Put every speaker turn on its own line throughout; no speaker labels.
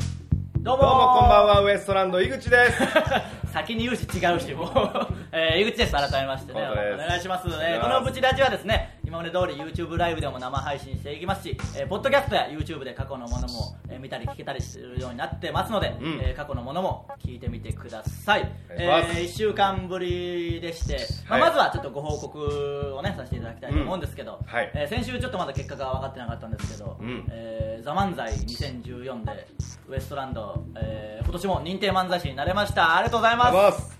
どうも
どうもこんばんはウエストランド井口です
先に言うし違うし もう、えー、井口です改めましてね
こんばんはです
お願いします
お願い
えー
します
このブチラジはですね今まで通り YouTube ライブでも生配信していきますし、えーポッドキャストや YouTube で過去のものも、えー見たり聞けたりするようになってますので、
うん
えー過去のものも聞いてみてください
お願いします
え1週間ぶりでして、まあ
は
ま
い
ずはちょっとご報告をねさせていただきたいと思うんですけど、
うんはい
えー先週ちょっとまだ結果が分かってなかったんですけど、
うん
えー、ザ・漫才2014でウエストランド、えー今年も認定漫才師になれましたありがとうございます
ます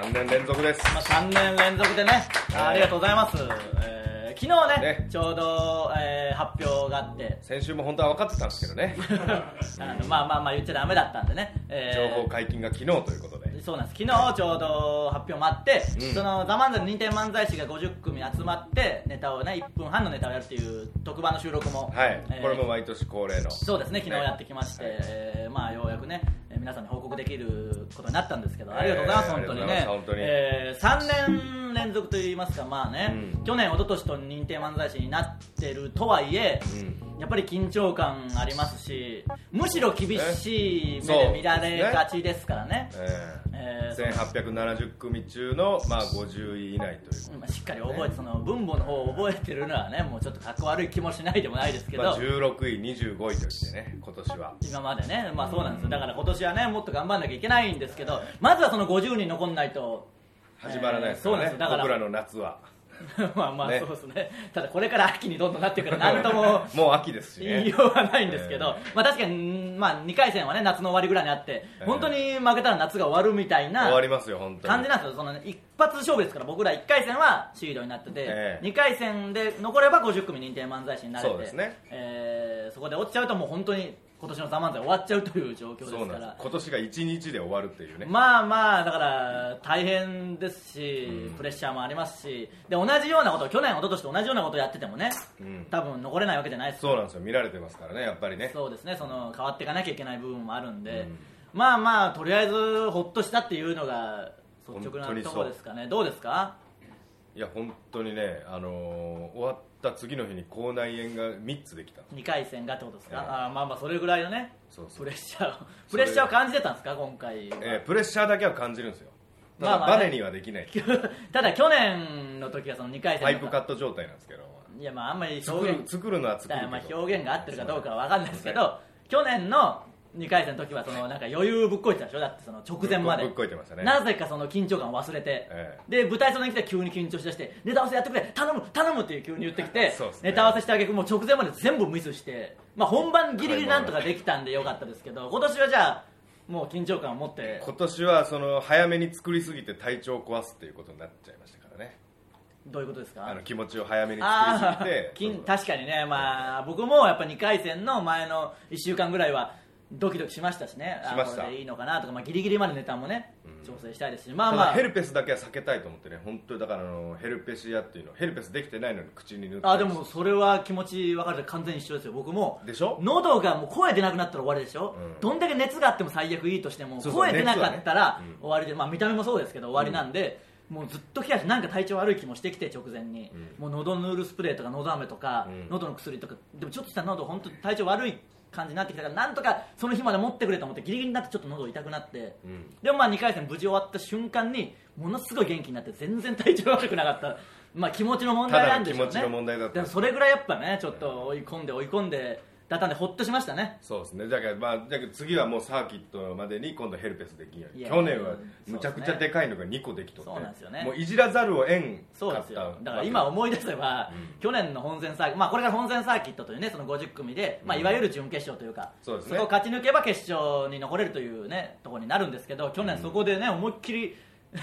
3年連続です
まあ、3年連続でね、
はい
ありがとうございます、えー昨日ね
ね
ちょうど、えー発表があって
先週も本当は分かってたんですけどね
あのまあまあまあ言っちゃダメだったんでね、え
情
ー
報解禁が昨日ということで
そうなんです昨日ちょうど発表もあって、
うん
その「ザ・漫才の認定漫才師が50組集まってネタをね1分半のネタをやるっていう特番の収録も、
はい
えー
これも毎年恒例の
そうですね昨日やってきまして、
はい
えーまあようやくねえー皆さんに報告できることになったんですけど、
えー
ありがとうございます本当に
あり
ね
がとうございます本当に
え3年連続といいますかまあね、
うん
去年一昨年と認定漫才師になってるとはいえ、やっぱり緊張感ありますしむしろ厳しい目で見られがちですからね
え
えーそ
ー1870組中の、まあ、50位以内というこ
のまあしっかり覚えてその文母の方を覚えてるのはねもうちょっとかっこ悪い気もしないでもないです
と
け
で、
ど、
まあ、16位25位としてね今年は
今までね、まあそうなんですよ、だから今年はね、もっと頑張らなきゃいけないんですけど、まずはその50人残んないと、
始まらないですからね,、
えーそうなんですよだから
僕らの夏は
まあまあ
ね
そうですねただこれから秋にどんどんなってくるから、なんとも
もう秋ですし
言
ね
いようはないんですけ ど、まあ確かに、まあ2回戦はね、夏の終わりぐらいにあって、
えー
本当に負けたら夏が終わるみたいな
終わりますよ本当に
感じなんですよ、そのね一発勝負ですから、僕ら1回戦はシードになってて
え、え
2回戦で残れば50組認定漫才師になれ
そうで
て
すね、
えーそこで落ちちゃうと、もう本当に今年の「ザ・漫才終わっちゃうという状況です
そうな
か
んです
ら。
今年が1日で終わるっていうね、
まあまあだから大変ですし、プレッシャーもありますしで同じようなことを去年一昨年と同じようなことをやっててもね、
うん
多分残れないわけじゃないです
そうなんですよ見られてますからねやっぱりね
そうですねその変わっていかなきゃいけない部分もあるんで、
うん
まあまあとりあえずほっとしたっていうのが率直
本当
な
に
と
そう
ころですかねどうですか
いや本当にね、あのー終わった次の日に口内炎が3つできた
2回戦がってことですか、
ええ
あーまあまあそれぐらいのね
そうそ
プ
う
レッシャーをプレッシャーを感じてたんですか今回は、
えープレッシャーだけは感じるんですよただ、
まあまあね
バネにはできない
ただ去年の時はその2回戦
パイプカ
の
ット状態なんですけど
いやまああんまり
作
表現
る作るのは作
だから
る
ま
け
あ
ど
表現が合ってるかどうかは分かんないですけど去年の2回戦の時はそのなんか余裕ぶっこいてたでしょだってその直前まで
ぶっこぶっこいてましたね
なぜかその緊張感を忘れて、
え
で舞台袖に来て急に緊張しだしてネタ合わせやってくれ頼む頼むっていう急に言ってきて、
そうっすね
ネタ合わせしてあげくもう直前まで全部ミスして、まあ、本番ギリギリなんとかできたんでよかったですけど今年はじゃあもう緊張感を持って
今年はその早めに作りすぎて体調を壊すっていうことになっちゃいましたからね
どういうことですか
あの気持ちを早めに作り
あ
すぎて
ーきん
そうそう
確かにね、まあ、僕もやっぱ2回戦の前の1週間ぐらいはドキドキしましたしね、あ
しました
これでいいのかなとか、まあ、ギリギリまでネタもね、調整したいですし、まあ
た
ま
だ
あ
ヘ、ルペスだけは避けたいと思ってね本当にだからあのヘルペシアっていうのヘルペスできてないのに口に塗って
あでもそれは気持ち分かる完全に一緒ですよ、僕も、
でしょ
喉がもう声出なくなったら終わりでしょ、
うん
どんだけ熱があっても最悪いいとしても、
そうそう
声出なかったら
熱はねうん
終わりで、まあ、見た目もそうですけど、終わりなんで。もうずっと冷やしてなんか体調悪い気もしてきて直前に、もう喉ヌールスプレーとか喉飴とか、
うん
喉の薬とかでもちょっとしたら喉本当体調悪い感じになってきたからなんとかその日まで持ってくれと思ってギリギリになってちょっと喉痛くなって、
うん
でもまあ2回戦無事終わった瞬間にものすごい元気になって全然体調悪くなかったまあ気持ちの問題なんでしょうね
ただの気持ちの問題だった
でもそれぐらいやっぱねちょっと追い込んで追い込んでだったんでほっとしましたね
そうですねだからまあだけど次はもうサーキットまでに今度ヘルペスできんよう
い
に
や
去年はむちゃくちゃでかいのが2個できとって
そうなんですよね
もういじらざるをえん
そう
か
で
っ
す
た
よだから今思い出せば、去年の本戦サーキット、まあ、これから本戦サーキットというねその50組で、まあ、いわゆる準決勝というか、
そうですね
こを勝ち抜けば決勝に残れるというねところになるんですけど去年そこでね思いっきり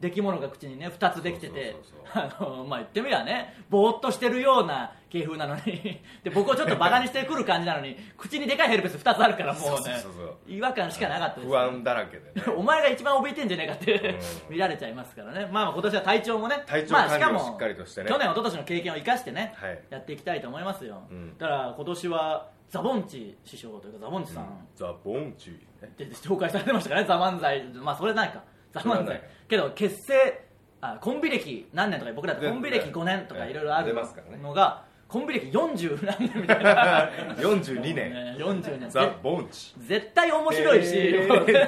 出来物が口にね2つできてて
そうそ う
あのまあ言ってみりゃねぼーっとしてるような芸風なのにで僕をちょっとバカにしてくる感じなのに口にでかいヘルペス2つあるからもうね
そうそうそう
違和感しかなかったです
不安だらけでね
お前が一番怯えてんじゃねえかって、
う
見られちゃいますからね、まあ、まあ今年は体調もね、
体調
まあ
管理
か
を
も
しっかりとしてね
去年、一昨年の経験を生かしてね、
はい
やっていきたいと思いますよ、
うん
だから今年はザ・ボンチ師匠というか、ザ・ボンチさん
ザ・ボンチーね
で紹介されてましたからね、ザ・漫才、まあそれないか、ザ・漫
それはな
才
い、
けど結成あ、コンビ歴何年とか、僕らってコンビ歴
全然
5年とかいろいろある
出ますからね
のが、コンビ歴40何年みたい な
42年
ね40年
ザ・ボンチ
ぜ絶対面白いし、
え
もう
ーえ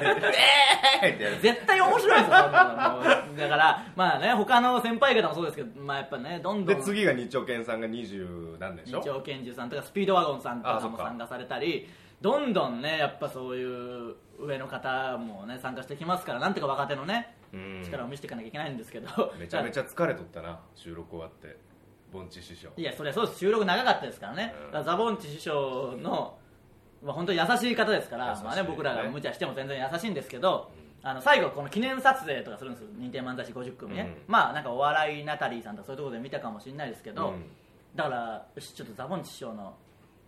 ーってやる
絶対面白いですよそんなのもうだからまあね他の先輩方もそうですけどまあやっぱねどんど
で
ん
次が二丁拳さんが20何年でし
二
ょ
丁拳銃さんとかスピードワゴンさんと
あそ
か
っ
も
か
参加されたりどんどんねやっぱそういう上の方もね参加してきますからなんとか若手のね
うん
力を見せていかなきゃいけないんですけど、
めちゃめちゃ疲れとったな収録終わってボンチ師匠
いやそれはそうです収録長かったですからね、
うん
だからザボンチ師匠の、まあ、本当に優しい方ですから、
優しい
まあね、
ね
僕らが無茶しても全然優しいんですけど、あの最後この記念撮影とかするんですよ認定漫才師50組ね、
う
まあなんかお笑いナタリーさんとかそういうところで見たかもしれないですけど、
うん
だからよしちょっとザボンチ師匠の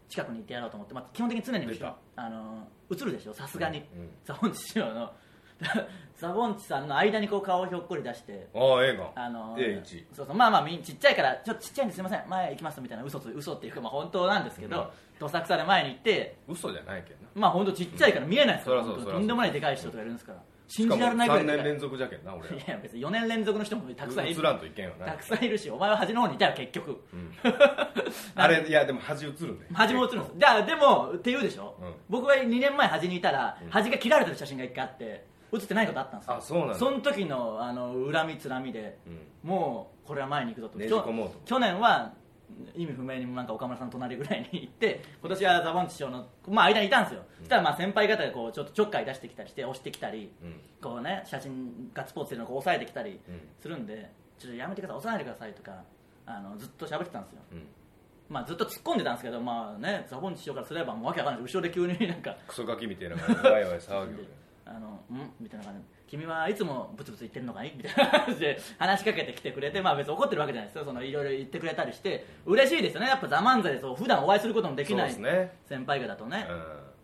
近くに行ってやろうと思って、まあ、基本的に常に後ろ
出た
あの映るでしょさすがに、
うんうん
ザボンチ師匠のザボンチさんの間にこう顔をひょっこり出して
ああ映画
あの
A1
そうそうまあまあみちっちゃいからちょっとちっちゃいんですいません前行きますみたいな嘘つ嘘っていうかまあ本当なんですけど、
うん
どさくさで前に行って
嘘じゃないけどな
まあ本当ちっちゃいから見えないですから、
そりゃ
本当
そうそりゃ
と
そうん
でもないでかい人とかいるんですから
し
信
か
じ
も
られない
3
ぐらい
年
で
連続じゃけんな俺
かい
ら
いや別に4年連続の人もたくさんい
映
る
らんといけんよな
たくさんいるしお前は端の方にいたよ結局、
あれいやでも恥映るね
端も映るんですだからでもって言うでしょ、
うん
僕が2年前端にいたら端が切られてる写真が1回あって映ってないことあったんですよ
あそうなんだ
その時のあの恨みつらみで、
う
もうこれは前に行くぞと
ねじ込もうと
去年は意味不明になんか岡村さんの隣ぐらいに行って今年はザ・ボンチ師匠の、まあ、間にいたんですよ、そしたらまあ先輩方がこうちょっとちょっかい出してきたりして押してきたり、
うん
こうね写真ガッツポーズっていうのをこう押さえてきたり
うん
するんで、ちょっとやめてください押さないでくださいとかあのずっと喋ってたんですよ
うん
まあ、ずっと突っ込んでたんですけど、まあね、ザボンチ師匠からすればもうわけわかんないです後ろで急になんか
クソガキみたいなのがワイワイ騒ぎよる
あのんみたいな感じで君はいつもブツブツ言ってるのかいみたいな 感じで話しかけてきてくれて、まあ、別に怒ってるわけじゃないですよそのいろいろ言ってくれたりして嬉しいですよねやっぱ「ザ漫才でそう普段お会いすることのできない
そうですね
先輩方とね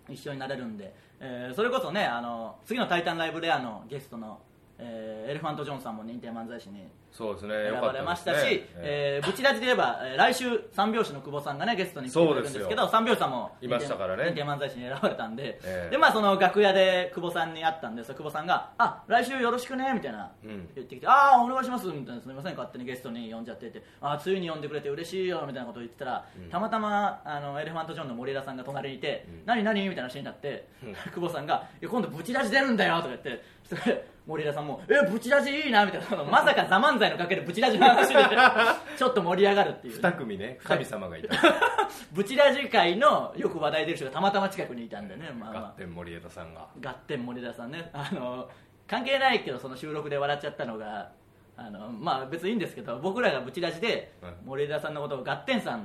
う
一緒になれるんで、えーそれこそねあの次の「タイタンライブレア」のゲストの、えーエレファント・ジョンさんも認定漫才師に
そうですね
選
よか
ば
ったですね
れましたし、
え
えーブチラジで言えば、えー来週三拍子の久保さんがねゲストに来てくれるんです
そう
け
ですよ
ど三拍子さんも
いましたからね
認定漫才師に選ばれたんで、
ええ
でまあその楽屋で久保さんに会ったんですよ久保さんが「あ来週よろしくね」みたいな、
うん
言ってきて「ああお願いします」みたいな「すみません勝手にゲストに呼んじゃって」って「ああついに呼んでくれて嬉しいよ」みたいなことを言ってたら、たまたまあのエレファント・ジョンの森枝さんが隣にいて「何何?」みたいな話になって、久保さんが「いや今度ブチラジ出るんだよ」とか言ってそれ森枝さんも「えブチラジいいな」みたいなそのまさか「ザ漫才のかけるブチラジの話でちょっと盛り上がるっていう、
2組ね神様がい た
ブチラジ界のよく話題出る人がたまたま近くにいたんでね、まあまあ
ガッテン森枝さんが
ガッテン森田さんね あの関係ないけどその収録で笑っちゃったのがあのまあ別にいいんですけど僕らがブチラジで
うん
森田さんのことをガッテンさん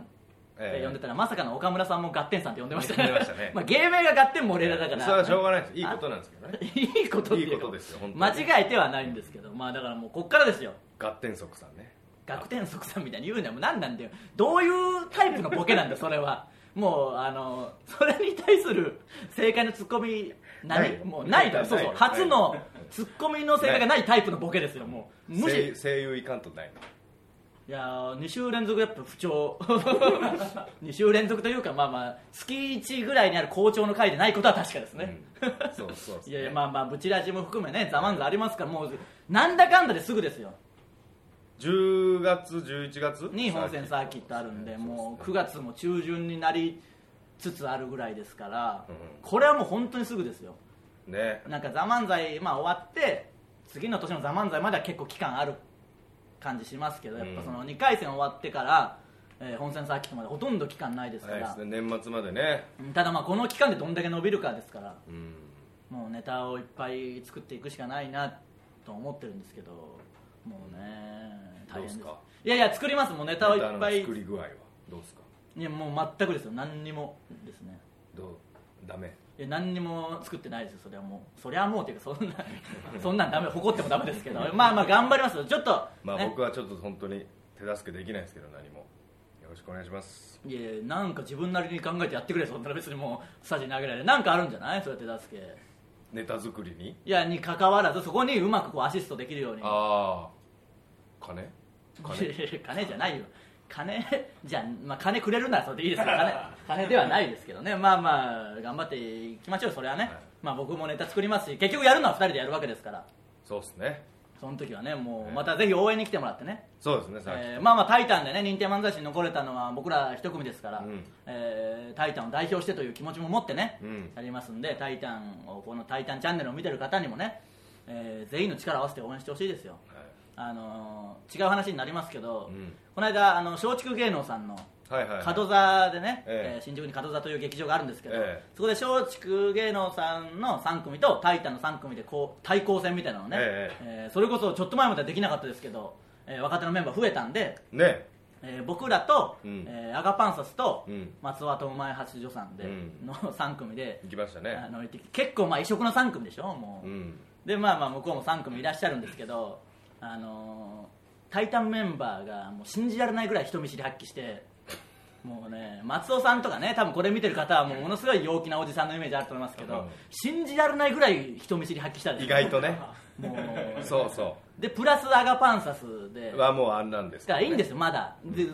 って呼んでたら、まさかの岡村さんもガッテンさんって呼んでました
呼んでましたね
まあ芸名がガッテン森田だから
それはしょうがないですいいことなんですけどね
いいことっていうか
いいことですよ本当に
間違えてはないんですけどまあだからもうこっからですよ
ガッテンソクさんね
学天即さんみたいに言うのはもう何なんだよどういうタイプのボケなんだよそれは もうあのそれに対する正解のツッコミ
ない
何
よ
もうないだろそうそう
ないよ
初のツッコミの正解がないタイプのボケですよもうむ
声
し
優声優いかんとないの
いやー2週連続やっぱ不調2週連続というかまあまあ月1ぐらいにある好調の回でないことは確かですね、
うんそうそうです
い
ね
やいやまあまあブチラジも含めねザ・マンザありますからもうなんだかんだですぐですよ
10月11月
に本戦サーキットあるんでもう9月も中旬になりつつあるぐらいですから、
うん
これはもう本当にすぐですよ
ね
なんか「ザ漫才まあ終わって次の年の「ザ漫才までは結構期間ある感じしますけどやっぱその2回戦終わってから、えー本戦サーキットまでほとんど期間ないですか
ないで
ら、
すね年末までね
うんただまあこの期間でどんだけ伸びるかですから
うん
もうネタをいっぱい作っていくしかないなと思ってるんですけどもうね大変です
どうすか
いやいや作りますもうネタをいっぱ
ネタ
い
の作り具合はどうですか
いやもう全くですよ何にもですね
どうダメ
いや何にも作ってないですよそれはもうそれはもうというかそ んなそんなんダメ誇ってもダメですけどまあまあ頑張りますよちょっと、
まあ
ね
僕はちょっと本当に手助けできないですけど何もよろしくお願いします
いやいやなんか自分なりに考えてやってくれそんなの別にもうスタジに投げられるなんかあるんじゃないそうやって助け
ネタ作りに
いやに関わらずそこにうまくこうアシストできるように
ああ金
いやいや金じゃないよ金じゃん、まあ、金くれるならそれでいいですけど金 金ではないですけどねまあまあ頑張っていきましょうそれはね、
はい
まあ僕もネタ作りますし結局やるのは2人でやるわけですから
そうっすね
その時はねも
ね
うまたぜひ応援に来てもらってね、
そうですねさっき、
えーまあまあ「タイタン」でね認定漫才師に残れたのは僕ら一組ですから「
うん
えータイタン」を代表してという気持ちも持ってね、
うん
やりますんで「タイタン」をこの「タイタンチャンネル」を見てる方にもね、えー全員の力を合わせて応援してほしいですよ、あのー違う話になりますけど、
うん
この間あの松竹芸能さんの
はい、はいはい
門座でね、
ええ
えー新宿に門座という劇場があるんですけど、
ええ
そこで松竹芸能さんの3組とタイタンの3組でこう対抗戦みたいなのね、
え
えーそれこそちょっと前まではできなかったですけど、えー若手のメンバー増えたんで、
ね
えー僕らと、
うん
えーアガパンサスと、
うん
松尾智前八女さんで、
うん
の3組で、
行きました
あ
ね
の行って結構まあ異色の3組でしょもう、
うん
でまあまあ向こうも3組いらっしゃるんですけどあのータイタンメンバーがもう信じられないぐらい人見知り発揮してもうね松尾さんとかね多分これ見てる方はもうものすごい陽気なおじさんのイメージあると思いますけど、
うん
信じられないぐらい人見知り発揮したでしょ
意外とね
もう
そうそ
でプラスアガパンサスで
うはもうあんなんです
だからいいんですすよまだ、でこ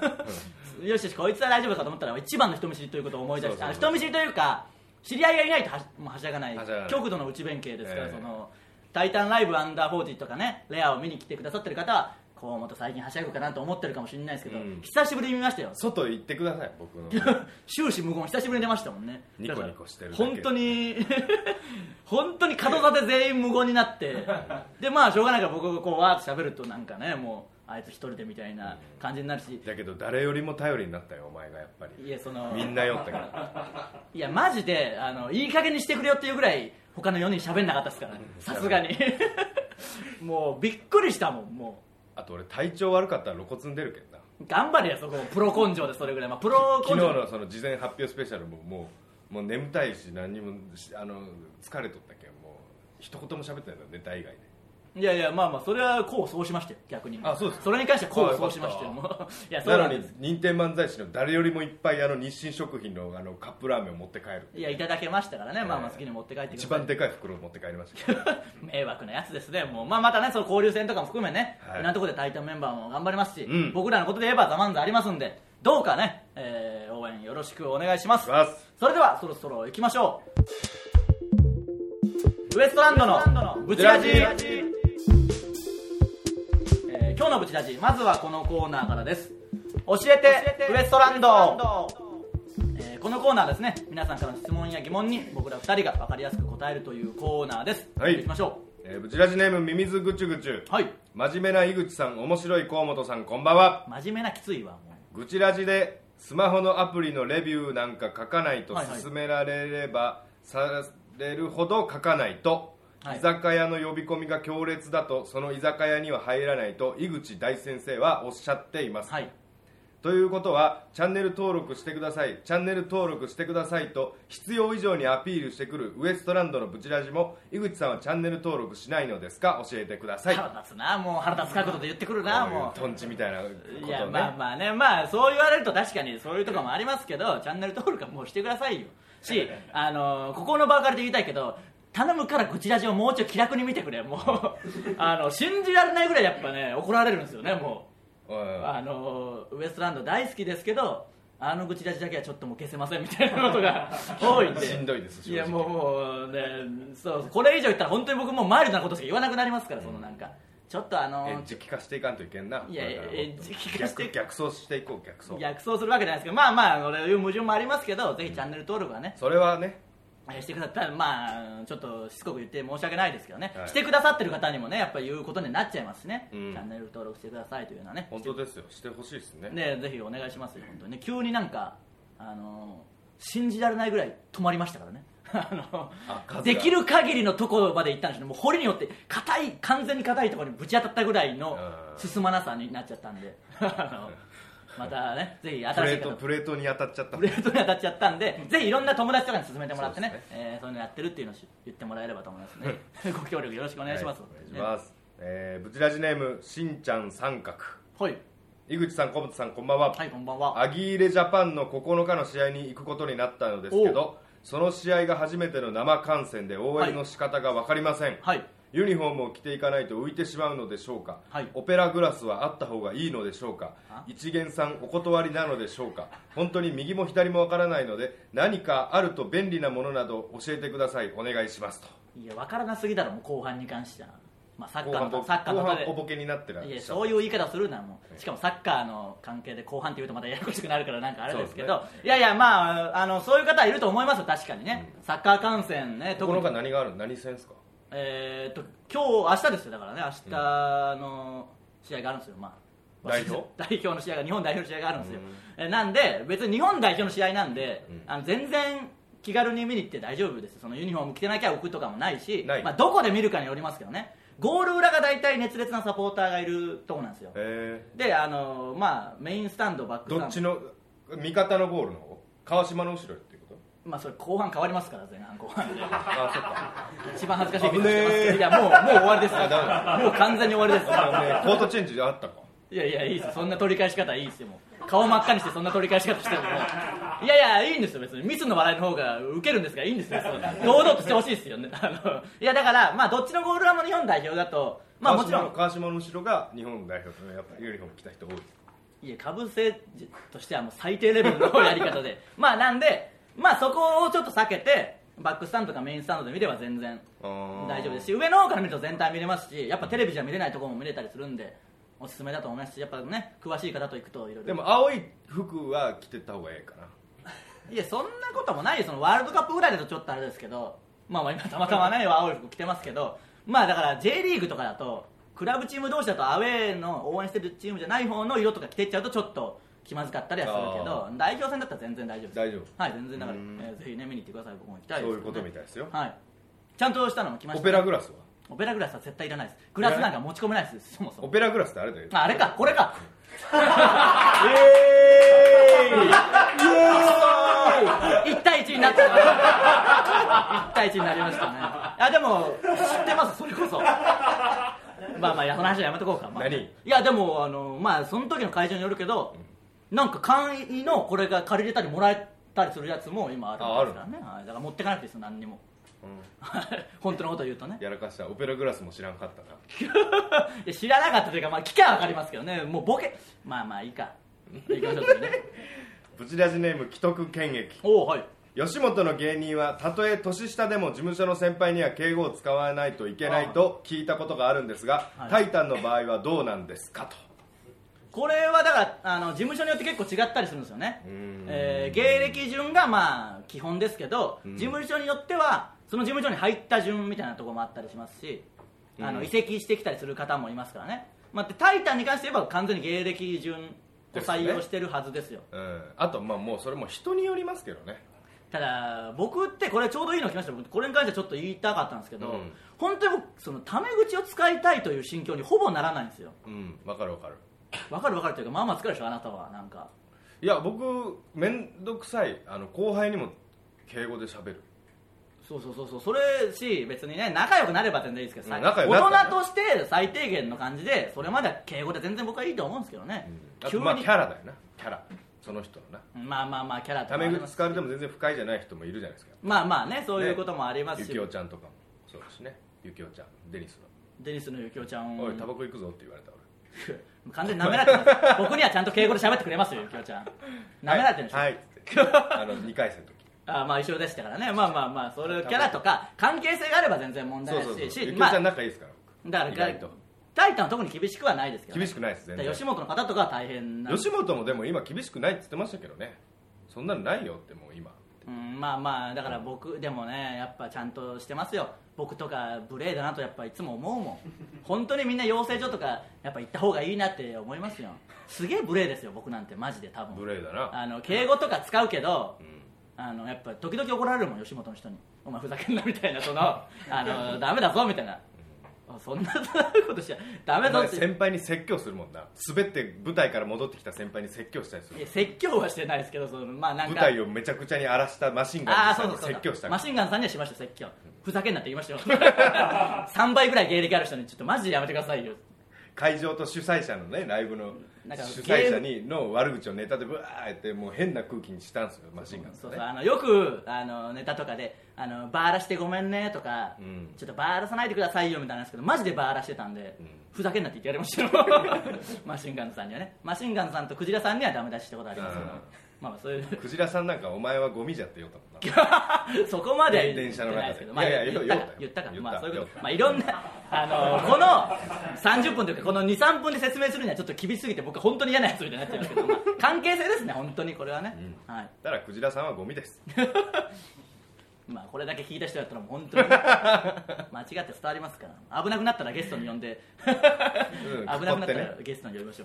よしよしこいつは大丈夫かと思ったら一番の人見知りということを思い出して
そうそうそう
あの人見知りというか知り合いがいないとはしもうはしゃがない
はしゃがない
極度の内弁慶ですから、
ええ
その「タイタンライブアンダー40」とかねレアを見に来てくださってる方はこうもっと最近はしゃぐかなと思ってるかもしれないですけど、
うん
久しぶりに見ましたよ
外行ってください僕の
終始無言久しぶりに出ましたもんね
ニコニコしてるだけ
本当に 本当に角座で全員無言になって でまあしょうがないから僕がこうわーっと喋るとなんかねもうあいつ一人でみたいな感じになるし、
だけど誰よりも頼りになったよお前がやっぱり
いやその
みんな酔ったから
いやマジであのいい加減にしてくれよっていうぐらい他の4人喋んなかったですからさすがに もうびっくりしたもんも
あと俺体調悪かったら露骨に出るけどな
う頑張れよそこプロ根性でそれぐらい、まあ、プロ
昨
根
日
性
のその事前発表スペシャルももうもう眠たいし何にもしあの疲れとったけんもう一言も喋ってないからネタ以外で
いやいやまあまあそれはこうそうしましたよ逆に
あそうですか
それに関してはこうそうしましたよ
あよ
もう
か
いやそう
な
な
の
んで
に
す
認定漫才師の誰よりもいっぱいあの日清食品のあのカップラーメンを持って帰る
いやいただけましたからね、まあまあ
ええ
好きに持って帰ってください
一番でかい袋を持って帰りましたけど
迷惑なやつですね、もうまあ、またね、その交流戦とかも含めね、
はい
いろんなところでタイタンメンバーも頑張りますし、
うん
僕らのことで言えば、ザ・マンズありますんで、どうかね、えー応援よろしくお願いします。
お願いします
それでは、そろそろ行きましょう。ウエストランドのブチラジ
ブチラ
えー今日のブチラジ、まずはこのコーナーからです。教えてウエストランドえーこのコーナーですね皆さんからの質問や疑問に僕ら2人が分かりやすく答えるというコーナーです、
はい
行きましょ
えーブチラジネームミミズぐちゅぐちゅ
うはい
真面目な井口さん面白い河本さんこんばんは
真面目なきついわも
ぐちラジでスマホのアプリのレビューなんか書かないと
はいはい
勧められれば、されるほど書かないと、
はい
居酒屋の呼び込みが強烈だとその居酒屋には入らないと井口大先生はおっしゃっていま
う
す、
はい
ということはチャンネル登録してくださいチャンネル登録してくださいと必要以上にアピールしてくるウエストランドのブチラジも井口さんはチャンネル登録しないのですか教えてください
腹立つなもう腹立つ角度で言ってくるなも
こういうトンチみたいなこと
う
ね
いやまあまあねまあそう言われると確かにそういうとこもありますけどチャンネル登録はもうしてくださいよ しあのーここの場を借りて言いたいけど頼むからこちラジをもうちょい気楽に見てくれも うあの信じられないぐらいやっぱね怒られるんですよねもう
おいおい
あのウエストランド大好きですけどあの口出しだけはちょっともう消せませんみたいなこと が多いんで
しんどいです
いや
正直
もうもうねそうこれ以上言ったら本当に僕もうマイルドなことしか言わなくなりますからそのなんか、ちょっとあ
エ
の
ッジ聞かしていかんといけんない
や
これからも
エッジ聞かして
逆逆走していこう逆走
逆走するわけじゃないですけどまあまあ俺いう矛盾もありますけどぜひチャンネル登録はね、
それはね
えーしてくださったまあちょっとしつこく言って申し訳ないですけどね、
はい
してくださってる方にもねやっぱり言うことになっちゃいますしね、
うん
チャンネル登録してくださいというのはね
本当ですよしてほしいですね
ね、ぜひお願いしますよ、本当にね、急になんか、あのー信じられないぐらい止まりましたからね、 あ
あ
の
数が
できる限りのところまで行ったんですけど、もう堀によって硬い、完全に硬いところにぶち当たったぐらいの
うん
進まなさになっちゃったんで、 あ のまたね、ぜひ
プ
新
レ
しい
ー
方
トプレートに当たっちゃった
プレートに当たっちゃったんで、ぜひいろんな友達とかに勧めてもらってね、
そ
そ
う
う
です
えーそういうのやってるっていうのをし言ってもらえればと思いますね、 ご協力よろしくお
お
願いします。
お願いしますえーブチラジネームしんちゃん三角
はい、
井口さん小本さんこんばんは
はい、こんばんは。
アギーレジャパンの9日の試合に行くことになったのですけどその試合が初めての生観戦で応援の仕方が分かりません、
はい
ユニフォームを着ていかないと浮いてしまうのでしょうか、
はい
オペラグラスはあった方がいいのでしょうか
あ
一元さんお断りなのでしょうか本当に右も左もわからないので何かあると便利なものなど教えてくださいお願いしますと
いや、わからなすぎだろ、もう後半に関しては。まあ、サッ
後
カー
半
の
ぼ
サッカー
後
の例
半
で
おぼけになってらっしゃ
い
る
やそういう言い方をするなもうしかもサッカーの関係で後半って言うとまたややこしくなるからなんかあれですけど
そう
いやいやまああのそういう方いると思いますよ確かにね、サッカー観戦ね
こ
特
の
に
中何がある何戦ですか
えーっと今日明日ですよだからね明日の試合があるんですよまあ
代表
代表の試合が日本代表の試合があるんですよ
うん、
えなんで別に日本代表の試合なんで、
うん
あの全然気軽に見に行って大丈夫ですそのユニフォーム着てなきゃ置くとかもないし
ない
まあ、どこで見るかによりますけどねゴール裏が大体熱烈なサポーターがいるとこなんですよ
え
であのまあメインスタンドバッ
ー
クスタン
ど
ド
っちの味方のゴールの方川島の後ろっていう こと
まあそれ後半変わりますから前半後半で
あそっか
一番恥ずかしいけど
危ねえ
してますいやもうもう終わりです
あダ
もう完全に終わりです
あのねコートチェンジあったか
いやいやいいですよそんな取り返し方いいですよもう顔真っ赤にしてそんな取り返し方してももういやいやいいんですよ別にミスの笑いの方がウケるんですからいいんですよそう堂々としてほしいですよね あのいやだからまあどっちのゴールラも日本代表だとまあもちろ
川島の
ん
川島の後ろが日本代表のやっぱユニフォーム着た人多い
いやかぶせとしてはもう最低レベルのやり方で まあなんでまあそこをちょっと避けてバックスタンドとかメインスタンドで見れば全然大丈夫ですし上の方から見ると全体見れますしやっぱテレビじゃ見れないところも見れたりするんでおすすめだと思いますしやっぱね詳しい方と行くといろい
で
ろ
も青い服は着てた方がええかない
やそんなこともないよそのワールドカップぐらいだとちょっとあれですけどまあまあ今たまたまね青い服着てますけどまあだから J リーグとかだとクラブチーム同士だとアウェーの応援してるチームじゃない方の色とか着てっちゃうとちょっと気まずかったりはするけど代表戦だったら全然大丈夫です
大丈夫
はい全然だから、
うん
えーぜひね見に行ってください僕も行きたい
そ
です
う
け
い
どね、
うことみたいですよ
はいちゃんとしたのも来まし
オ
た、
ペラグラスは
オペラグラスは絶対いらないですグラスなんか持ち込めないですそもそ
オ
も
ペラグラスってあれだよ
ああれかこれか1対1になった1対1になりましたねあでも知ってますそれこそまあまあいやその話はやめとこうか、まあ、
何
いやでもあのまあその時の会場によるけど、なんか簡易のこれが借りれたりもらえたりするやつも今あるんですからねはいだから持ってかなくていいですよ何にも 本当のこと言うとね
やらかしたオペラグラスも知らんかったない
や知らなかったというか、まあ、聞きゃ分かりますけどねもうボケまあまあいいか行きましょう次ね
ブチラジネーム既得権益
おおはい
吉本の芸人はたとえ年下でも事務所の先輩には敬語を使わないといけないと聞いたことがあるんですが「
はい
タイタン」の場合はどうなんですかと
これはだからあの事務所によって結構違ったりするんですよね
ん、
えー芸歴順がまあ基本ですけど、
ん
事務所によってはその事務所に入った順みたいなところもあったりしますしあ
う
の
ん
移籍してきたりする方もいますからね、まあ、でタイタンに関して言えば完全に芸歴順を採用してるはずですよ
うん、あとまあもうそれも人によりますけどね
ただ僕ってこれちょうどいいの来ました僕これに関してはちょっと言いたかったんですけど、
うん
本当に僕そのタメ口を使いたいという心境にほぼならないんですよ
うんわかるわかる
わかるわかるというかまあまあ疲れでしょあなたはなんか
いや僕面倒くさいあの後輩にも敬語で喋る
そうそうそうそうそれし別にね仲良くなれば全然いいですけど、さ
うん仲良くなったら
大
ね
人として最低限の感じでそれまでは敬語で全然僕はいいと思うんですけどね、
あ
急
と
に、
ま
ま
あキャラだよなキャラその人のな
あ、まあまあまあキャラとか
タ
もあ
メ
り
口
ます
使われても全然不快じゃない人もいるじゃないですか
まあまあねそういうこともあります
ゆ
し、
きおちゃんとかもそうですねゆきおちゃんデニス
デニスのゆきおちゃん
の「
を
おいタバコ行くぞ」って言われた俺
完全に舐められてます僕にはちゃんと敬語で喋ってくれますよゆきおちゃん舐められてるんでしょ、
はい、はい、あの2 回戦の時
あまあ一緒でしたからねまあまあまあそれキャラとか関係性があれば全然問題
そ
ない
うそうそう
しし
ゆきおち
ま
ゃん
あ
仲いいですから、
だから
意外と
タイタンは特に厳しくはないですけどね、
厳しくないです全
だから
然
吉本の方とかは大変なんで
吉本もでも今厳しくないって言ってましたけどねそんなのないよってもう今
うん、まあまあだから僕でもねやっぱちゃんとしてますよ僕とか無礼だなとやっぱいつも思うもん本当にみんな養成所とかやっぱ行った方がいいなって思いますよすげえ無礼ですよ僕なんてマジで多
無
分
礼だな
あの敬語とか使うけど
うん
あのやっぱ時々怒られるもん吉本の人にお前ふざけんなみたいな そのあのダメだぞみたいなそんなことしちゃダメだ
お
ぞ
前
って
先輩に説教するもんな滑って舞台から戻ってきた先輩に説教したりす
い
る
や説教はしてないですけどそのまあなん
舞
か
台をめちゃくちゃに荒らしたマシン
あ
ガ
あ
ン
そう
さ
そう
んに
そう
説教したり
マシンガンさんにはしました説教ふざけんなって言いましたよ 3倍ぐらい芸歴ある人にちょっとマジでやめてくださいよ
会場と主催者のねライブの
なんか
主催者にの悪口をネタでブワーってもう変な空気にしたんですよマシンガンさ
そ
ん
う
ね
そうあのよくあのネタとかであのバーらしてごめんねとか、
うん
ちょっとバーらさないでくださいよみたいなんですけどマジでバーらしてたんで、
うん
ふざけんなって言ってやりました よマシンガンズさんにはねマシンガンズさんとクジラさんにはダメ出ししたことありますけど、
うん
まあまあそういう
クジラさんなんかお前はゴミじゃって言おうと思った
そこまでは言
電車の
ってない
中
です
で
けどまあ
いやいや
言ったか
酔った
言ったか
酔った
まあそういうこ
酔っ
と
た
まあいろんなあのこの30分というかこの23分で説明するにはちょっと厳しすぎて僕は本当に嫌なやつみたいになってるんですけど、まあ関係性ですね本当にこれはね、はい
だからクジラさんはゴミです
まあこれだけ聞いた人だったらもう本 当に間違って伝わりますから危なくなったらゲストに呼んで、
ん
危なくなった
囲
ら
っ
ゲストに呼びましょ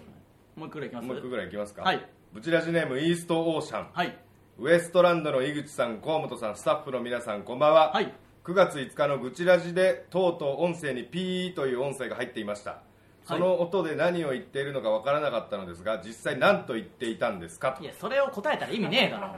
うもう一個ぐらいいきます
もう一個ぐらいいきますか
はい
ブチラジネームイーストオーシャン
はい
ウエストランドの井口さん河本さんスタッフの皆さんこんばんは、
はい
9月5日のブチラジでとうとう音声にピーという音声が入っていましたその音で何を言っているのかわからなかったのですが実際何と言っていたんですかと
いやそれを答えたら意味ねえだろ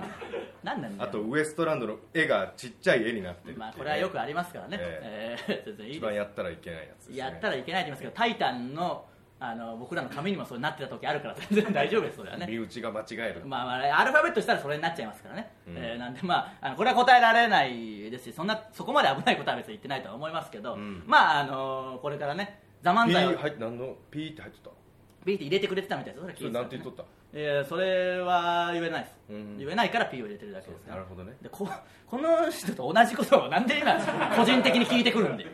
何なんだ
あ
よ
とウエストランドの絵がちっちゃい絵になってるっていうね、
まあこれはよくありますからね、
え
え ー全然いい
一
です
番やったらいけないやつです、ね、
やったらいけないと言いますけど「タイタンの」あの僕らの紙にもそうなってた時あるから 全然大丈夫ですそれは
身
ね
内が間違える、
まあまあアルファベットしたらそれになっちゃいますからね、
うん
えーなんでまああのこれは答えられないですしそんなそこまで危ないことは別に言ってないとは思いますけど、
ん
まああのこれからね「ザ漫
ピ
才を
ー入っ何のピーって入ってた
ビーって入れてくれてたみたいですそれは
そ
聞
れ
いてた
なん
で
ん
すね
て言っとった
いやそれは言えないです、
うん
言えないから P を入れてるだけですね
なるほどね
でここの人と同じことをなんで今個人的に聞いてくるんで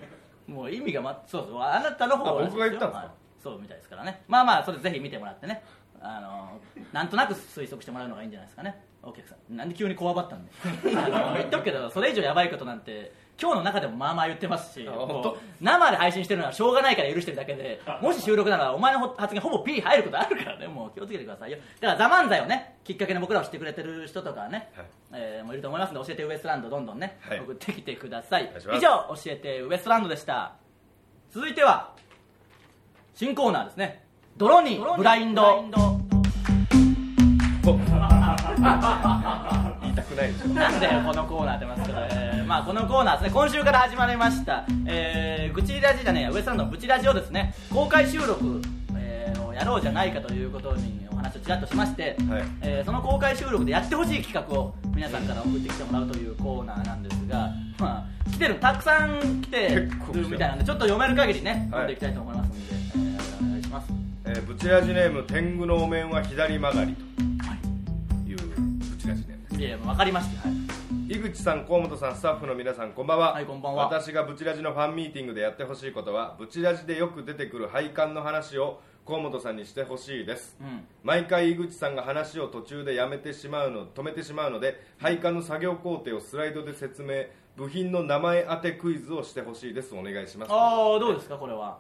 もう意味がまそうそうあなたの方
あ僕が言ったんです
は
か
いそうみたいですからねまあまあそれぜひ見てもらってねあのなんとなく推測してもらうのがいいんじゃないですかねお客さんなんで急にこわばったんで あの言っとくけどそれ以上やばいことなんて今日の中でもまあまあ言ってますし
あ
こう
本当
生で配信してるのはしょうがないから許してるだけでもし収録ならお前の発言ほぼ P 入ることあるからねもう気をつけてくださいよだから「ザ漫才をねきっかけに僕らを知ってくれてる人とかはね、
はい
えーもういると思いますので教えてウエストランドどんどんね、
はい
送ってきてください
願いします
以上教えてウエストランドでした続いては新コーナーですね泥にブラインド
言いたくないでしょ
なんだよこのコーナー出ますから、えーまあこのコーナーですね今週から始まりました、えー、愚痴ラジじゃねえやウエストランドの愚痴ラジオですね公開収録、えーをやろうじゃないかということにお話をちらっとしまして、
はい
えーその公開収録でやってほしい企画を皆さんから送ってきてもらうというコーナーなんですが、まあ、来てるたくさん来てる
結構来てる
みたいなんでちょっと読める限りね
はい
読んでいきたいと思いますので、えーお願いします
えー、ブチラジネーム天狗のお面は左曲がりというブチラジネームです
いやいや分かりました、はい
井口さん河本さんスタッフの皆さんこんばんは、
はいこんばんは
私がブチラジのファンミーティングでやってほしいことはブチラジでよく出てくる配管の話を河本さんにしてほしいです、
うん
毎回井口さんが話を途中でやめてしまうの止めてしまうので配管の作業工程をスライドで説明部品の名前当てクイズをしてほしいですお願いします
ああどうですかこれは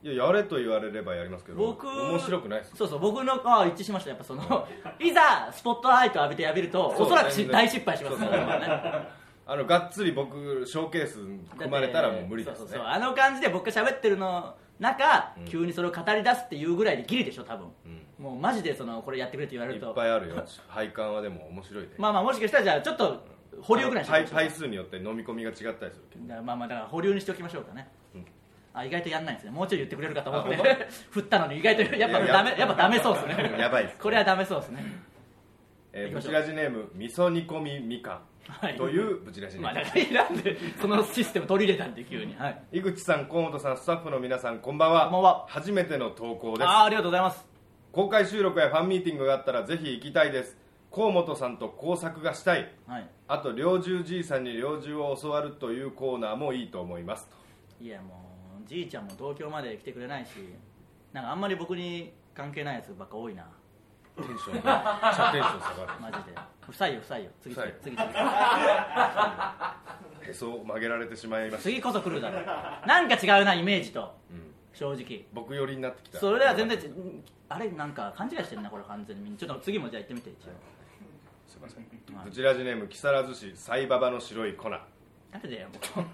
い
ややれと言われればやりますけど
僕
面白くないです
そうそう僕のああ一致しましたやっぱその いざスポットライト浴びてやめると
そう
おそらくし
全然
大失敗しますか
そう
らね
あのがっつり僕ショーケース組まれたらもう無理です
そう
ね
そうそうあの感じで僕が喋ってるの中、急にそれを語り出すっていうぐらいでギリでしょ多分、もうマジでそのこれやってくれって言われ
い
ると
っぱいあるよ配管はでも面白いね
まあまあもしかしたらじゃあちょっと保留ぐらいにし
パイ
ておき
パ
まし
イ
ょ
数によって飲み込みが違ったりするけど
うだからまあまあだから保留にしておきましょうかね、
うん
あ意外とやんないんですねもうちょい言ってくれるかと思って
あ本
振ったのに意外とやっぱ
いや
ダ
や
メやっぱダメそうですね
やばいです
これはダメそうですね
え
行きま
ーブ
し
チ
ょう
ラジネーム味噌煮込みみか
は
ん
い
というブチラジネ
まあ、
ー
だか
ム
らなんでそのシステム取り入れたんで急に、はい、
井口さん河本さんスタッフの皆さんこんばんは
こんばんは
初めての投稿です
あーありがとうございます
公開収録やファンミーティングがあったらぜひ行きたいです河本さんと工作がしたい
はい
あと猟銃じいさんに猟銃を教わるというコーナーもいいと思いますと
いやもうじいちゃんも東京まで来てくれないしなんかあんまり僕に関係ないやつばっか多いな
テンシ ョンがめっちゃテンション下が
マジで不採用不採用次
不
次
採用
次次
るへそを曲げられてしまいました、
次こそ来るだろうなんか違うなイメージと
うん、
正直
僕寄りになってきた
それでは全然ちあれなんか勘違いしてんなこれ完全にみんなちょっと次もじゃあ行ってみて一応
すいませんブチラジネーム木更津市サイババの白い粉
なんでだよもう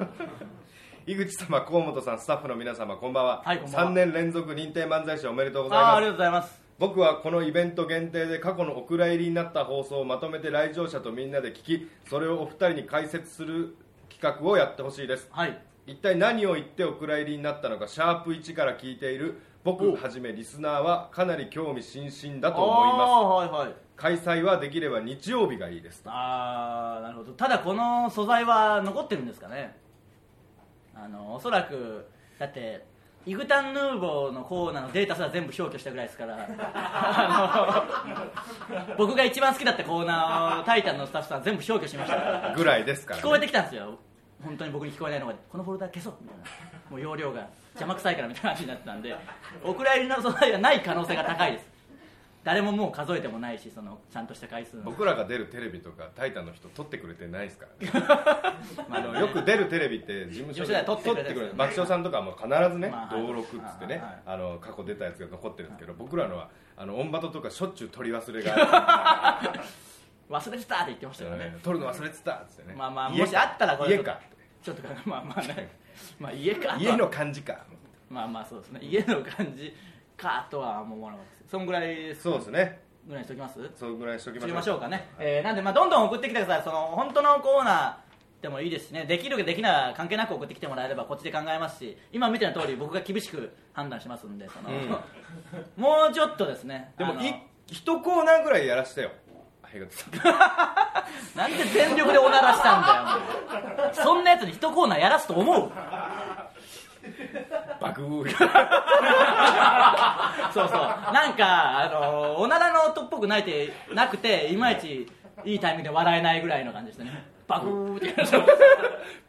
井口様河本さんスタッフの皆様こんばんは、
はいこんばんは
3年連続認定漫才師おめでとうござい
あーあり
ます
がとうございます
僕はこのイベント限定で過去のお蔵入りになった放送をまとめて来場者とみんなで聞きそれをお二人に解説する企画をやってほしいです
はい
一体何を言ってお蔵入りになったのかシャープ1から聞いている僕
お
はじめリスナーはかなり興味津々だ
あ
と思いま
ー
す
はいはい
開催はできれば日曜日がいいですと
あーなるほどただこの素材は残ってるんですかねあのおそらくだってイグタンヌーボーのコーナーのデータすら全部消去したぐらいですからあの僕が一番好きだったコーナーを「タイタン」のスタッフさん全部消去しましたから
ぐらいですから、
聞
ね、
こえてきたんですよ本当に僕に聞こえないのがこのフォルダ消そうみたいなもう容量が邪魔くさいからみたいな話になってたんでお蔵入りの素材がない可能性が高いです誰ももう数えてもないしそのちゃんとした回数の
僕らが出るテレビとか「タイタン」の人撮ってくれてないですからね
まあ
あのよく出るテレビって事務所
事務所
で
で撮ってくれたやつ
撮爆笑さんとかはもう必ずね
まあはい
登録っつってね
はい
あの過去出たやつが残ってるんですけど僕らのはあのオンバトとかしょっちゅう撮り忘れがあ
忘れてたって言ってまし
る
たよ
から
ね
ね 撮るの忘れてたっつってね
まあまあ
家か
もしあったらこれ
家か
ちょっとまあまあ ねまあ家か
家の感じか
まあまあそうですね家の感じかとはもう思わなかったですそんぐらいです
そうですね
ぐらいにしときます
そのぐらいにしとき
し
まし
ま
ょう
しょうかね、えーなんでまあどんどん送ってきてくださいその本当のコーナーでもいいですしねできるできない関係なく送ってきてもらえればこっちで考えますし今見ての通り僕が厳しく判断しますんでその、
うん
もうちょっとですね
で
あ
も
の
い一コーナーぐらいやらしてよはいごめんなさい
なんで全力でおならしたんだよお前そんなやつに一コーナーやらすと思う
爆風
そ うそうなんかあのおならの音っぽくないてなくていまいちいいタイミングで笑えないぐらいの感じでしたねバグーって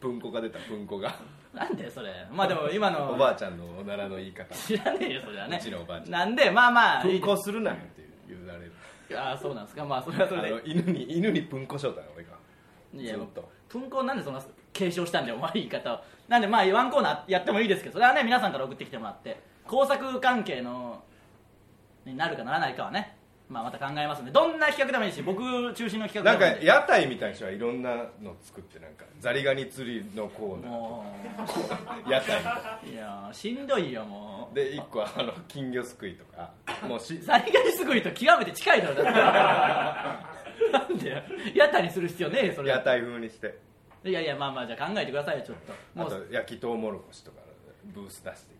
文庫が出た文庫が
なんでそれまあでも今の
おばあちゃんのおならの言い方
知らねえよそれはね
うちのおばあちゃん
なんでまあまあい
文
い
庫するなよって言われる
ですああそうなんですかまあそれはそ
あ
れで
の犬に犬に文庫しようたよ俺が
いや
ずっと
プンコなんでそんな継承したんだよお前言い方をなんでまあワンコーナーやってもいいですけどそれはね皆さんから送ってきてもらって工作関係のになるかならないかはねまあまた考えますんでどんな企画でもいいし僕中心の企画
なん
で
か
もいいで
屋台みたいにしてはいろんなの作ってなんかザリガニ釣りのコーナ
も
ー屋台
ういやーしんどいよもう
で一個はあの金魚すくいとかもうし
ザリガニすくいと極めて近いだろだっ てなんでよ屋台にする必要ねえよそれ
屋台風にして
いやいやまあまあじゃあ考えてくださいよちょっと
あ
も
と
う
焼きとうもろこしとかのブース出して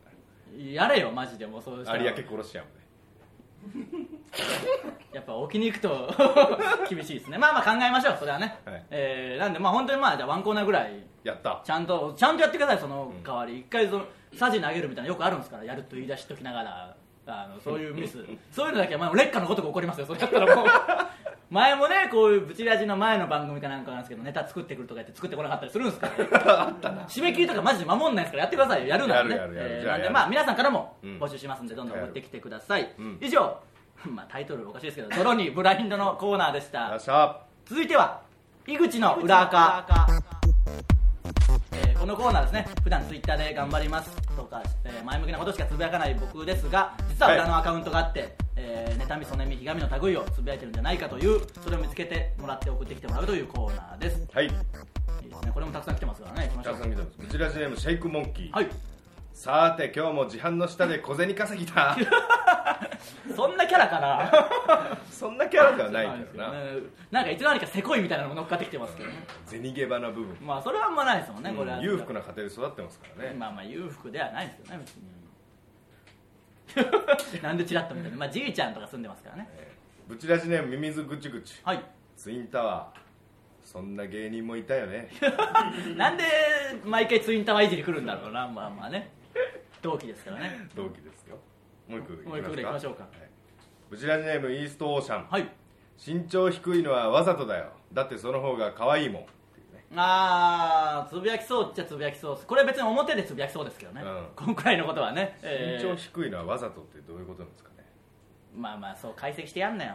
やれよマジでもうそうしたら
有明コロシアムで
やっぱ置きに行くと 厳しいですねまあまあ考えましょうそれはね、
はい
えーなんでまあ本当にまあじゃあワンコーナーぐらい
やった
ちゃんとちゃんとやってくださいその代わり、一回そのサジ投げるみたいなのよくあるんですからやると言い出しときながらあのそういうミスそういうのだけはまあ劣化のことが起こりますよそれだった らもう前もねこういうブチラジの前の番組かなんかなんですけどネタ作ってくるとか言って作ってこなかったりするんですから締め切りとかマジで守んないですからやってくださいよやるならね
やるやるやる
えー
じゃあ
なん
や
で
る
まあ皆さんからも
うん
募集しますんでどんどん送ってきてください、
うん
以上 まあタイトルおかしいですけど「泥にブラインド」のコーナーでし
よ
た
っしゃ
続いては井口の裏垢えーこのコーナーですね普段ツイッターで頑張りますとか、えー前向きなことしかつぶやかない僕ですが実は裏のアカウントがあって、えー妬み嫉みひがみの類をつぶやいてるんじゃないかというそれを見つけてもらって送ってきてもらうというコーナーです
はい
いいですねこれもたくさん来てますからね行きましょう
たくさん見てますブチラジネームシェイクモンキー、
はい
さて今日も自販の下で小銭稼ぎ だ
そんなキャラかな
そんなキャラでは ないんだよな
うんなんかいつの間にかせこいみたいなのも乗っかってきてますけどね
銭ゲバな部分、
まあそれはあんまないですもんねこれは、
うん裕福な家庭で育ってますからね
まあまあ裕福ではないですよね別に なんでチラッと見たのまあじいちゃんとか住んでますからね
ブチラジネームミミズグチグチ
はい
ツインタワーそんな芸人もいた よね
なんで毎回ツインタワーいじり来るんだろうなまあまあね同期ですからね
同期ですよもう一個いき
もう
ま
一個ぐらい行きましょうか
はいブチラジネームイーストオーシャン、
はい
身長低いのはわざとだよだってその方が可愛いもんっていうね
あーつぶやきそうっちゃつぶやきそうですこれ別に表でつぶやきそうですけどね、
うん
こんくらいのことはね、え
身
ー
長低いのはわざとってどういうことなんですかね
まあまあそう解析してやんなよ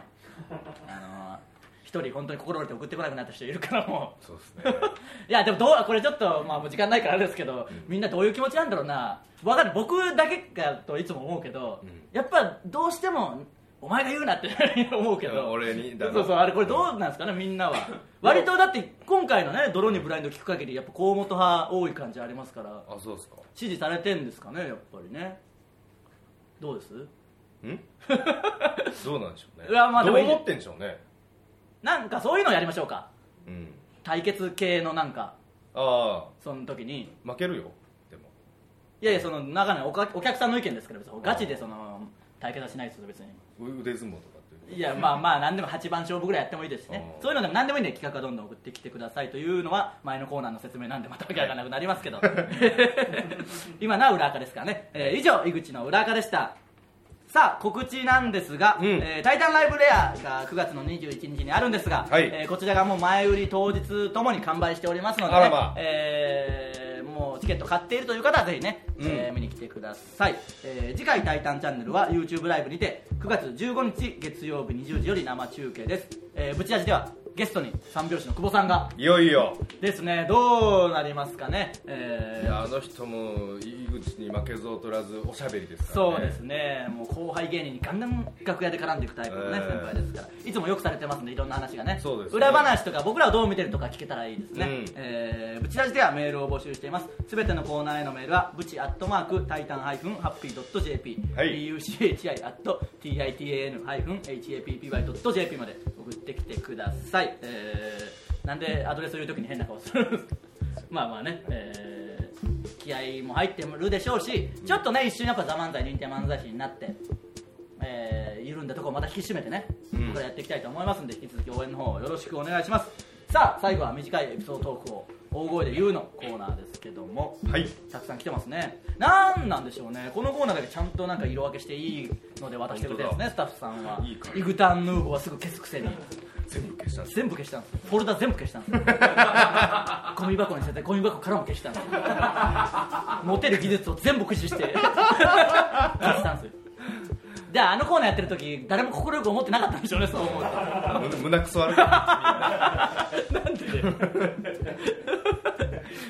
あのー一人本当に心折れて送ってこなくなった人いるからもう
そうですね
いやでもどうこれちょっと、まあ、もう時間ないからあれですけど、みんなどういう気持ちなんだろうなわかる僕だけかといつも思うけど、やっぱどうしてもお前が言うなって 思うけど
俺にだな
そうそうあれこれどうなんですかねみんなは割とだって今回のね「泥にブラインド」聞く限りやっぱ河本派多い感じありますから
あそうですか
支持されてんですかねやっぱりねどうです
んどうなんでしょうね
いやまあで
どう
もいい
思ってんでしょうね
なんかそういうのやりましょうか
うん
対決系のなんか
あ
その時に
あ負けるよでも
いやいやその中のおかお客さんの意見ですから別にガチでその対決はしないですよ別に
う腕相撲とかっていう
いやまあまあ何でも8番勝負ぐらいやってもいいですしね
うん
そういうのでも何でもいいんで企画はどんどん送ってきてくださいというのは前のコーナーの説明なんでまたわけわかんなくなりますけど今のは裏垢ですからね、えー以上井口の裏垢でしたさあ告知なんですが、
うん
えータイタンライブレア」が9月の21日にあるんですが、
はい
えーこちらがもう前売り当日ともに完売しておりますので、
あらま
えーもうチケット買っているという方はぜひね、
うん
えー見に来てください、えー次回「タイタンチャンネル」は YouTube ライブにて9月15日月曜日20時より生中継です、えー、ブチラジではゲストに三拍子の久保さんが
いよいよ
ですねどうなりますかね、えー
いやあの人も井口に負けず劣らずおしゃべりですからね
そうですね、もう後輩芸人にガンガン楽屋で絡んでいくタイプのね、
えー
先輩ですから、いつもよくされてますんで、いろんな話がね、
そうですね
裏話とか、僕らをどう見てるとか聞けたらいいですね、
うん
えー、ブチラジではメールを募集しています、すべてのコーナーへのメールは、ブチアットマーク、タイタンハイフンハッピードット JP、
はい
BUCHI アット TITAN ハイフン HAPPY ドット JP まで送ってきてください。えー、なんでアドレスを言うときに変な顔するんですか まあまあね、えー気合も入ってるでしょうし、ちょっとね、一瞬やっぱ、ザ・漫才、認定漫才師になって、えー緩んだところをまた引き締めてね、
うん
僕らやっていきたいと思いますんで、引き続き応援の方よろしくお願いします。さあ、最後は短いエピソードトークを大声で言うのコーナーですけども、
はい
たくさん来てますね、なんなんでしょうね、このコーナーだけちゃんとなんか色分けしていいので渡してくれてるんですね、スタッフさんは。
いいから
イグタンヌーボーはすぐ消すくせに。
全部消した んです
全部消したんですフォルダ全部消したんです ゴミ箱に捨ててゴミ箱からも消したんです持てる技術を全部駆使して 消したんですよじゃああのコーナーやってる時誰も快く思ってなかったんでしょうねそう思う
む胸くそ悪か
となんでだよ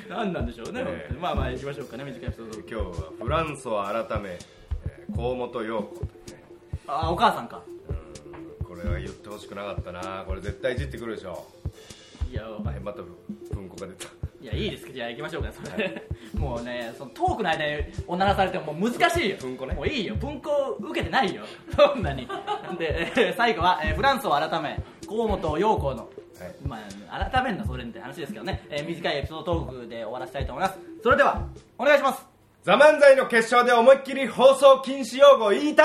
なんなんでしょうね、
ええ
まあまあ行きましょうかね短いエピソード
今日はフランソワ改めえー河本陽子というね
あお母さんか
うんこれは言ってほしくなかったなこれ絶対いじってくるでしょ
いやお
は
前
いまた文庫が出た
いやいいですけどじゃあ行きましょうかねそれ、 もうねそのトークの間におならされてももう難しいよ
文庫ね
もういいよ文庫受けてない よそんなにで、 えー最後は、えーフランスを改め河本陽子の、
はい
まあ、改めるのそれって話ですけどね、えー短いエピソードトークで終わらせたいと思いますそれではお願いします
ザ・漫才の決勝で思いっきり放送禁止用語言いた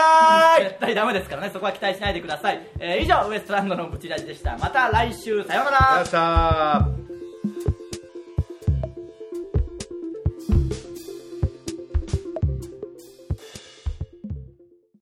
ーい
絶対ダメですからねそこは期待しないでください、えー以上ウエストランドのブチラジでしたまた来週さようなら
ありがとうございました